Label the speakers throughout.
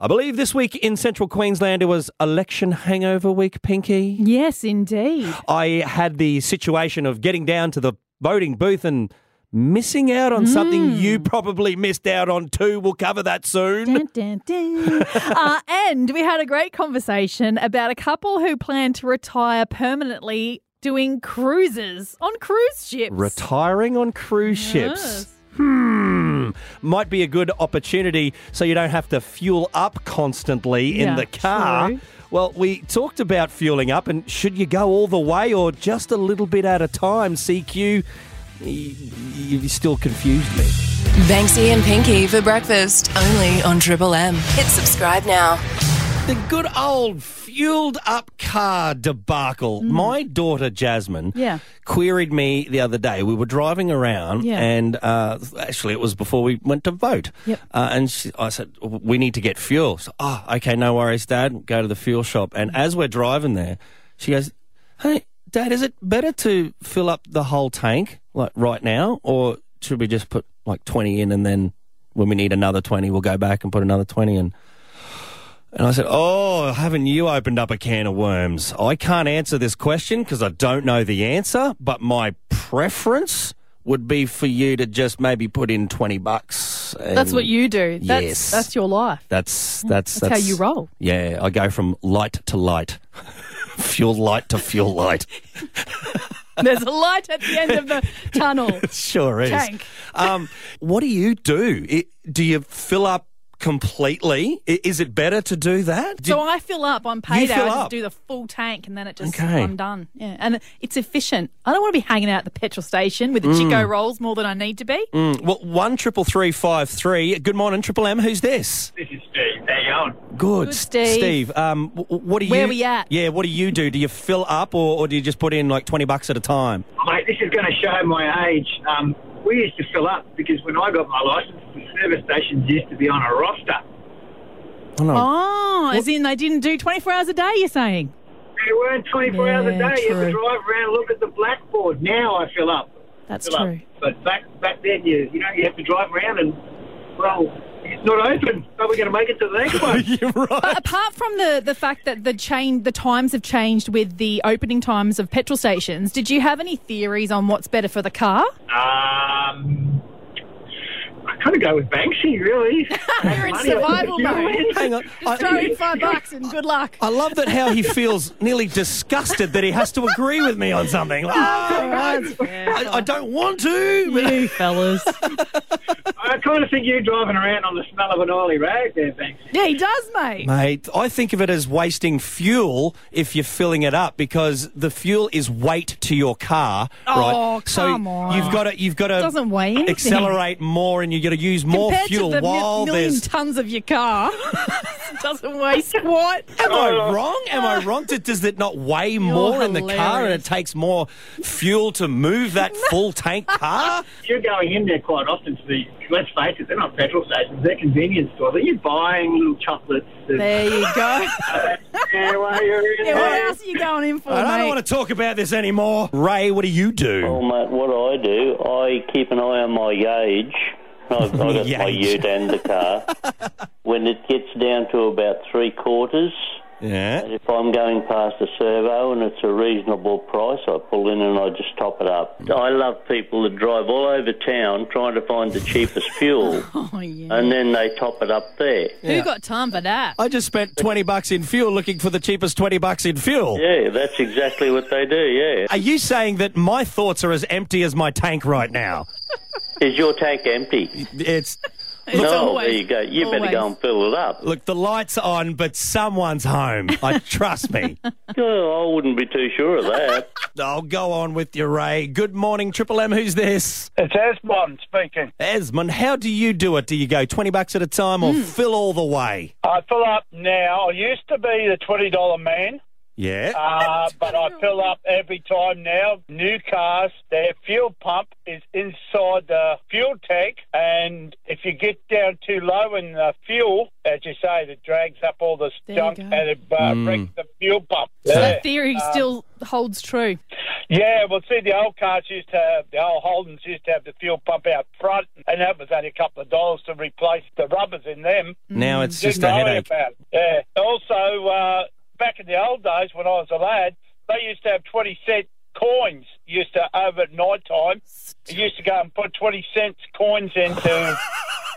Speaker 1: I believe this week in central Queensland it was election hangover week, Pinky.
Speaker 2: Yes, indeed.
Speaker 1: I had the situation of getting down to the voting booth and missing out on
Speaker 2: Hmm.
Speaker 1: something you probably missed out on too. We'll cover that soon.
Speaker 2: Dun, dun, dun. uh, and we had a great conversation about a couple who plan to retire permanently doing cruises on cruise ships.
Speaker 1: Retiring on cruise ships.
Speaker 2: Yes.
Speaker 1: Hmm. Might be a good opportunity so you don't have to fuel up constantly in
Speaker 2: Yeah,
Speaker 1: the car.
Speaker 2: true.
Speaker 1: Well, we talked about fueling up and should you go all the way or just a little bit at a time, CQ? Y- y- You still confused me.
Speaker 3: Banksy and Pinky for breakfast, only on Triple M. Hit subscribe now.
Speaker 1: The good old fueled up car debacle. My daughter Jasmine
Speaker 2: Mm. Yeah.
Speaker 1: queried me the other day. We were driving around,
Speaker 2: Yeah.
Speaker 1: and uh, actually, it was before we went to vote.
Speaker 2: Yep.
Speaker 1: Uh, and she, I said, We need to get fuel. So, oh, okay, no worries, Dad. Go to the fuel shop. And as we're driving there, she goes, Hey, Dad, is it better to fill up the whole tank like right now, or should we just put like 20 in and then when we need another 20, we'll go back and put another 20 in? And I said, Oh, haven't you opened up a can of worms? I can't answer this question because I don't know the answer, but my preference would be for you to just maybe put in 20 bucks.
Speaker 2: That's
Speaker 1: and
Speaker 2: what you do. That's,
Speaker 1: Yes.
Speaker 2: that's your life.
Speaker 1: That's, that's,
Speaker 2: That's how you roll.
Speaker 1: Yeah, I go from light to light, fuel light to fuel light.
Speaker 2: There's a light at the end of the tunnel.
Speaker 1: Sure is.
Speaker 2: Tank.
Speaker 1: Um, what do you do? I do you fill up completely? I- is it better to do that? Do
Speaker 2: So
Speaker 1: you-
Speaker 2: I fill up on payday.
Speaker 1: fill
Speaker 2: I
Speaker 1: up.
Speaker 2: just do the full tank, and then it just
Speaker 1: Okay.
Speaker 2: I'm done. Yeah, and it's efficient. I don't want to be hanging out at the petrol station with the Chico rolls more than I need to be.
Speaker 1: Mm, well, one triple three five three. Good morning, Triple M. Who's this?
Speaker 4: This is Steve. How you going?
Speaker 1: Good,
Speaker 2: Good, Steve.
Speaker 1: Steve, um, w- w- what do you?
Speaker 2: Where we at?
Speaker 1: Yeah, what do you do? Do you fill up, or, or do you just put in like twenty bucks at a time?
Speaker 4: Mate, this is going to show my age. Um, we used to fill up because when I got my license, the service stations used to be on a roster.
Speaker 1: Oh, no.
Speaker 2: Oh, as in they didn't do 24 hours a day. You're saying?
Speaker 4: They weren't 24 hours a
Speaker 2: Yeah,
Speaker 4: day. You had
Speaker 2: true.
Speaker 4: to drive around, look at the blackboard. Now I fill up.
Speaker 2: That's
Speaker 4: Fill
Speaker 2: true.
Speaker 4: Up. But back back then, you you know you have to drive around and well, it's not open. Are we going to make it to
Speaker 2: Oh.
Speaker 4: the next one?
Speaker 1: You're right.
Speaker 2: Apart from the, the fact that the chain the times have changed with the opening times of petrol stations, did you have any theories on what's better for the car?
Speaker 4: um, I kind of go with Banksy, really.
Speaker 2: You're in survival mode.
Speaker 1: Hang on.
Speaker 2: Just throw in five bucks and good luck.
Speaker 1: I love that how he feels nearly disgusted that he has to agree with me on something. Like, "Oh, I, I don't want to. but-
Speaker 2: You fellas.
Speaker 4: I kind of think you're driving around on the smell of an oily road there, Banksy.
Speaker 2: yeah, he does, mate.
Speaker 1: Mate, I think of it as wasting fuel if you're filling it up because the fuel is weight to your car, right?
Speaker 2: Oh,
Speaker 1: so
Speaker 2: come on.
Speaker 1: you've got to you've got to
Speaker 2: Doesn't weigh anything.
Speaker 1: accelerate more, and you got to use more
Speaker 2: Compared
Speaker 1: fuel
Speaker 2: to the mi-
Speaker 1: while
Speaker 2: million
Speaker 1: there's.
Speaker 2: tons of your car, it doesn't weigh squat.
Speaker 1: Am I wrong? Am I wrong? Does- Does it not weigh more in the car, and it
Speaker 2: hilarious.
Speaker 1: takes more fuel to move that full tank car?
Speaker 4: you're going in there quite often to the, let's face it, they're not petrol stations, they're convenience stores. Are you buying little chocolates? And,
Speaker 2: There you go.
Speaker 4: yeah, well, you're in
Speaker 2: Yeah, what
Speaker 4: there.
Speaker 2: else are you going in for,
Speaker 1: I
Speaker 2: mate?
Speaker 1: don't want to talk about this anymore. Ray, what do you do?
Speaker 5: Well, Oh, mate, what I do, I keep an eye on my gauge. I've, I've got my
Speaker 1: Yage.
Speaker 5: ute and the car. when it gets down to about three quarters,
Speaker 1: yeah.
Speaker 5: if I'm going past a servo and it's a reasonable price, I pull in and I just top it up.
Speaker 2: Mm.
Speaker 5: I love people that drive all over town trying to find the cheapest fuel,
Speaker 2: Oh, yeah.
Speaker 5: and then they top it up there.
Speaker 2: Who got time for that?
Speaker 1: I just spent 20 bucks in fuel looking for the cheapest 20 bucks in fuel.
Speaker 5: Yeah, that's exactly what they do. Yeah.
Speaker 1: Are you saying that my thoughts are as empty as my tank right now?
Speaker 5: Is your tank empty?
Speaker 1: It's
Speaker 2: It's
Speaker 5: no,
Speaker 2: always-
Speaker 5: there you go. You better go
Speaker 2: always.
Speaker 5: and fill it up.
Speaker 1: look, the lights on, but someone's home. I trust me.
Speaker 5: Oh, I wouldn't be too sure of that.
Speaker 1: I'll go on with you, Ray. Good morning, Triple M. Who's this?
Speaker 6: It's Esmond speaking.
Speaker 1: Esmond, how do you do it? Do you go 20 bucks at a
Speaker 2: Hmm.
Speaker 1: time or fill all the way?
Speaker 6: I fill up now. I used to be the twenty dollar man.
Speaker 1: Yeah.
Speaker 6: Uh, but I fill up every time now. New cars, their fuel pump is inside the fuel tank, and if you get down too low in the fuel, as you say, it drags up all the
Speaker 7: There you
Speaker 6: junk
Speaker 7: go.
Speaker 6: and it uh, breaks the fuel pump.
Speaker 7: That
Speaker 6: Yeah.
Speaker 7: theory still holds true.
Speaker 6: yeah, well, see, the old cars used to have, the old Holdens used to have the fuel pump out front, and that was only a couple of dollars to replace the rubbers in them.
Speaker 2: Um,
Speaker 1: Now it's just a
Speaker 6: Didn't worry
Speaker 1: headache.
Speaker 6: About it. Yeah. Also, uh, back in the old days when I was a lad, they used to have 20 cent coins. Used to over at night time, you used to go and put 20 cents coins into.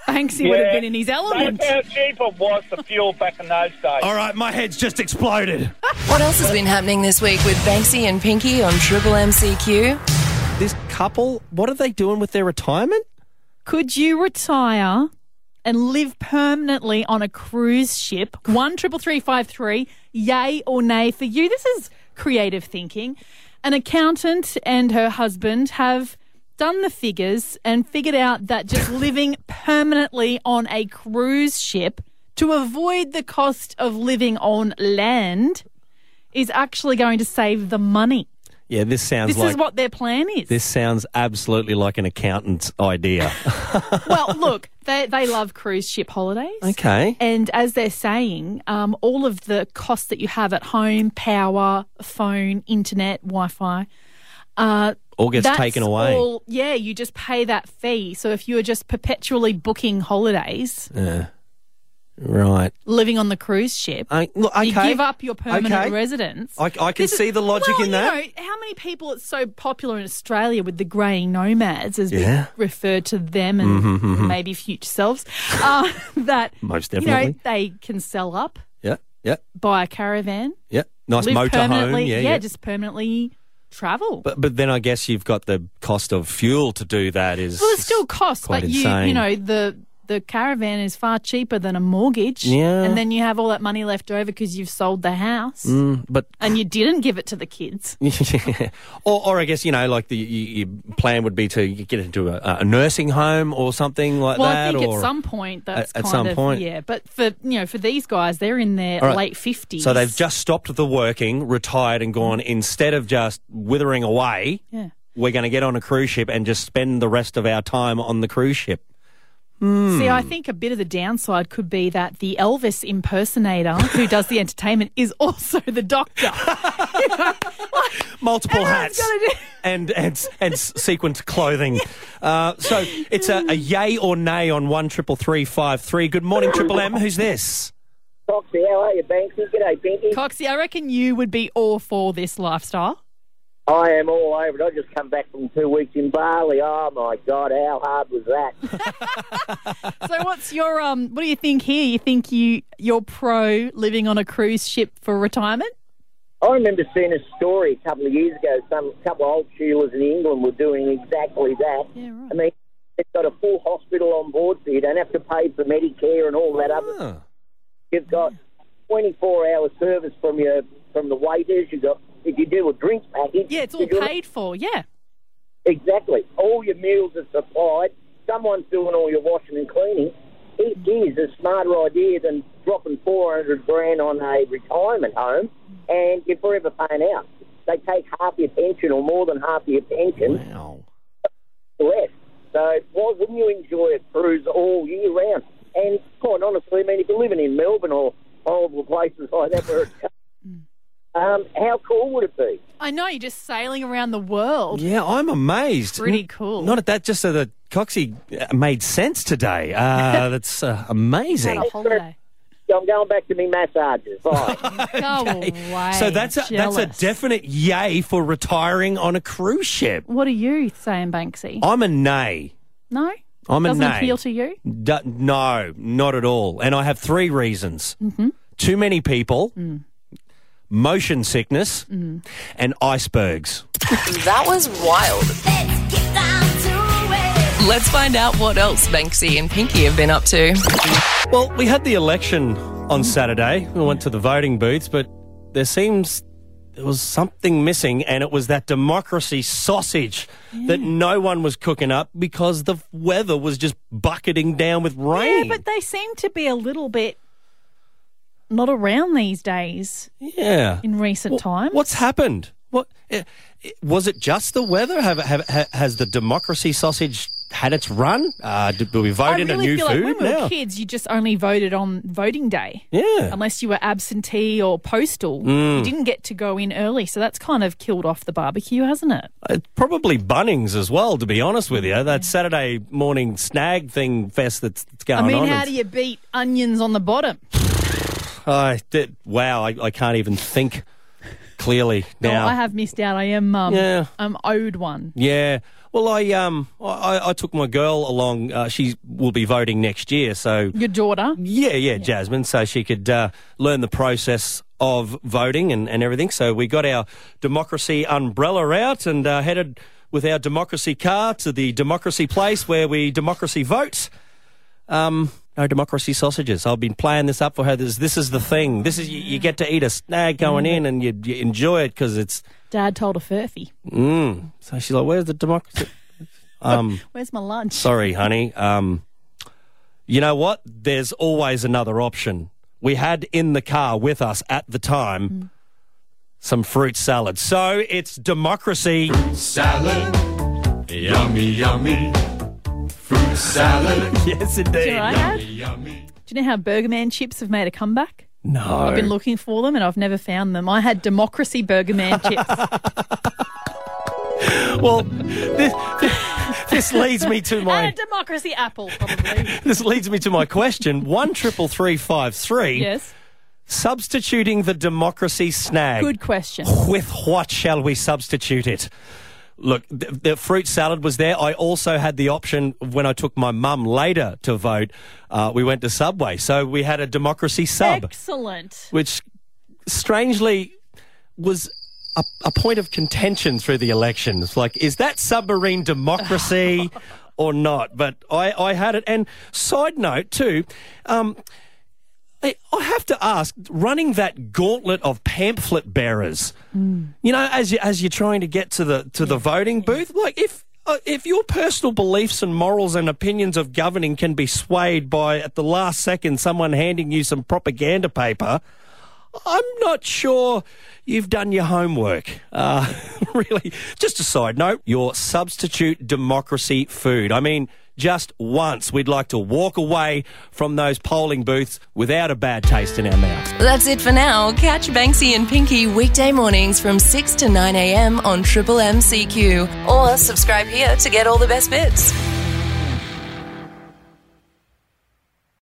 Speaker 7: Banksy would have
Speaker 6: Yeah.
Speaker 7: been in his element.
Speaker 6: That's how cheap it was the fuel back in those days.
Speaker 1: All right, my head's just exploded.
Speaker 3: What else has been happening this week with Banksy and Pinky on Triple MCQ?
Speaker 1: This couple, what are they doing with their retirement?
Speaker 2: Could you retire and live permanently on a cruise ship? One triple three five three. Yay or nay for you? This is creative thinking. An accountant and her husband have done the figures and figured out that just living permanently on a cruise ship to avoid the cost of living on land is actually going to save the money.
Speaker 1: Yeah, this sounds
Speaker 2: This
Speaker 1: like
Speaker 2: is what their plan is.
Speaker 1: this sounds absolutely like an accountant's idea.
Speaker 2: well, look, they, they love cruise ship holidays.
Speaker 1: okay.
Speaker 2: And as they're saying, um, all of the costs that you have at home power, phone, internet, Wi Fi uh,
Speaker 1: All gets
Speaker 2: that's
Speaker 1: taken away.
Speaker 2: all- yeah, you just pay that fee. So if you are just perpetually booking holidays,
Speaker 1: Right.
Speaker 2: living on the cruise ship,
Speaker 1: I, look, okay.
Speaker 2: you give up your permanent
Speaker 1: Okay.
Speaker 2: residence.
Speaker 1: I, I can
Speaker 2: This is-
Speaker 1: see the logic
Speaker 2: well,
Speaker 1: in that.
Speaker 2: You know, how many people? It's so popular in Australia with the greying nomads, as
Speaker 1: Yeah. Mm-hmm,
Speaker 2: we refer to them and maybe future selves, uh, that
Speaker 1: Most
Speaker 2: You know,
Speaker 1: definitely.
Speaker 2: they can sell up,
Speaker 1: yeah, yeah,
Speaker 2: buy a caravan,
Speaker 1: yeah. Nice
Speaker 2: live permanently.
Speaker 1: motorhome. Yeah, yeah.
Speaker 2: just permanently travel.
Speaker 1: but but then I guess you've got the cost of fuel to do that. Is
Speaker 2: well, it still costs,
Speaker 1: quite
Speaker 2: but you you
Speaker 1: insane.
Speaker 2: know the. The caravan is far cheaper than a mortgage,
Speaker 1: Yeah.
Speaker 2: and then you have all that money left over because you've sold the house
Speaker 1: Mm, but
Speaker 2: and you didn't give it to the kids.
Speaker 1: Yeah. or, or I guess you know, like the your, your plan would be to get into a, a nursing home or something like
Speaker 2: Well,
Speaker 1: that.
Speaker 2: I think
Speaker 1: or,
Speaker 2: at some point that's
Speaker 1: At- at
Speaker 2: kind
Speaker 1: some
Speaker 2: of
Speaker 1: point.
Speaker 2: yeah. But for you know, for these guys, they're in their
Speaker 1: All right.
Speaker 2: late fifties.
Speaker 1: so they've just stopped the working, retired, and gone. Instead of just withering away,
Speaker 2: yeah.
Speaker 1: we're going to get on a cruise ship and just spend the rest of our time on the cruise ship. Hmm.
Speaker 2: See, I think a bit of the downside could be that the Elvis impersonator who does the entertainment is also the doctor. You know, like,
Speaker 1: Multiple hats
Speaker 2: everyone's gotta do-
Speaker 1: and and s- and s- sequenced clothing. Uh, so it's a, a yay or nay on one triple three five three. Good morning, Triple M. Who's this?
Speaker 8: Foxy, how are you, Banksy? G'day, Pinky.
Speaker 2: Coxie, I reckon you would be all for this lifestyle.
Speaker 8: I am all over it. I just come back from two weeks in Bali. Oh my God, how hard was that?
Speaker 2: So, what's your um? What do you think here? You think you you're pro living on a cruise ship for retirement?
Speaker 8: I remember seeing a story a couple of years ago. Some couple of old sheilas in England were doing exactly that.
Speaker 2: Yeah, right.
Speaker 8: I mean, they've got a full hospital on board, so you don't have to pay for Medicare and all that other.
Speaker 1: Huh.
Speaker 8: You've got 24-hour service from your from the waiters. You got if you do a drinks package.
Speaker 2: Yeah, it's all
Speaker 8: you do-
Speaker 2: paid for. Yeah.
Speaker 8: Exactly. All your meals are supplied. Someone's doing all your washing and cleaning. It is a smarter idea than dropping 400 grand on a retirement home and you're forever paying out. They take half your pension or more than half your pension
Speaker 1: Wow.
Speaker 8: left. So why wouldn't you enjoy a cruise all year round? And quite honestly, I mean, if you're living in Melbourne or horrible places like that where it's um, how cool would it be?
Speaker 2: I know you're just sailing around the world.
Speaker 1: Yeah, I'm amazed.
Speaker 2: Pretty
Speaker 1: N-
Speaker 2: cool.
Speaker 1: Not at that, just so that Coxie uh, made sense today. Uh, that's uh,
Speaker 2: Had
Speaker 1: amazing.
Speaker 2: a holiday.
Speaker 8: So I'm going back to me massages. Bye.
Speaker 2: Go away.
Speaker 1: So that's a, that's a
Speaker 2: Jealous.
Speaker 1: definite yay for retiring on a cruise ship.
Speaker 2: What are you saying, Banksy?
Speaker 1: I'm a nay.
Speaker 2: No,
Speaker 1: I'm a
Speaker 2: doesn't
Speaker 1: nay.
Speaker 2: appeal to you.
Speaker 1: D- no, not at all. And I have three reasons. Mm-hmm. Too many people, motion sickness, and icebergs.
Speaker 3: That was wild. Let's find out what else Banksy and Pinky have been up to.
Speaker 1: Well, we had the election on Saturday. We went to the voting booths, but there seems there was something missing, and it was that democracy sausage that no one was cooking up because the weather was just bucketing down with
Speaker 2: Yeah,
Speaker 1: rain.
Speaker 2: but they seem to be a little bit not around these days
Speaker 1: Yeah.
Speaker 2: in recent times.
Speaker 1: What's happened? What eh, eh, was it? Just the weather? Have, have, ha has the democracy sausage had its run? Uh, do, do we vote
Speaker 2: I
Speaker 1: in
Speaker 2: really
Speaker 1: a new
Speaker 2: feel
Speaker 1: food
Speaker 2: like when we
Speaker 1: now?
Speaker 2: were kids, um, you just only voted on voting day.
Speaker 1: Yeah. Mm.
Speaker 2: Unless you were absentee or postal, you didn't get to go in early. So that's kind of killed off the barbecue, hasn't it?
Speaker 1: Uh, probably Bunnings as well. To be honest with you, that Saturday morning snag thing fest that's, that's going
Speaker 2: I mean,
Speaker 1: on.
Speaker 2: how do you beat onions on the bottom?
Speaker 1: I did- wow, I, I can't even think clearly now.
Speaker 2: Oh, I have missed out. I am um,
Speaker 1: Yeah.
Speaker 2: I'm owed one.
Speaker 1: Yeah. Well, I um, I- I, I took my girl along. Uh, she will be voting next year, so
Speaker 2: Your daughter.
Speaker 1: yeah, yeah, Jasmine, so she could uh, learn the process of voting and, and everything. So we got our democracy umbrella out and uh, headed with our democracy car to the democracy place where we democracy vote. Um, no democracy sausages. I've been playing this up for her. This, this is the thing. This is you, you get to eat a snag going in and you, you enjoy it because it's.
Speaker 2: Dad told her furphy.
Speaker 1: Mm. So she's like, "Where's the democracy?" um,
Speaker 2: Where's my lunch?
Speaker 1: Sorry, honey. Um, you know what? There's always another option. We had in the car with us at the time
Speaker 2: Mm.
Speaker 1: some fruit salad. So it's democracy.
Speaker 9: Salad. Yummy, yummy. Fruit salad.
Speaker 1: Yes, indeed.
Speaker 2: Do you know what I had?
Speaker 9: Yummy.
Speaker 2: Do you know how Burger Man chips have made a comeback?
Speaker 1: No.
Speaker 2: I've been looking for them and I've never found them. I had Democracy Burger Man chips.
Speaker 1: well, this, this leads me to my.
Speaker 2: and a Democracy Apple, probably.
Speaker 1: This leads me to my question. One triple three five three.
Speaker 2: yes.
Speaker 1: Substituting the democracy snag.
Speaker 2: Good question.
Speaker 1: with what shall we substitute it? Look, the, the fruit salad was there. I also had the option when I took my mum later to vote. Uh, we went to Subway, so we had a democracy sub,
Speaker 2: Excellent.
Speaker 1: which strangely was a, a point of contention through the elections. Like, is that submarine democracy or not? But I, I had it. And side note too. Um, I I have to ask, running that gauntlet of pamphlet bearers, you know, as you as you're trying to get to the to the voting booth, like if uh, if your personal beliefs and morals and opinions of governing can be swayed by at the last second someone handing you some propaganda paper, I'm not sure you've done your homework. Uh, really, just a side note your substitute democracy food. I mean, just once we'd like to walk away from those polling booths without a bad taste in our mouth.
Speaker 3: That's it for now. Catch Banksy and Pinky weekday mornings from 6 to 9 a.m. on Triple MCQ or subscribe here to get all the best bits.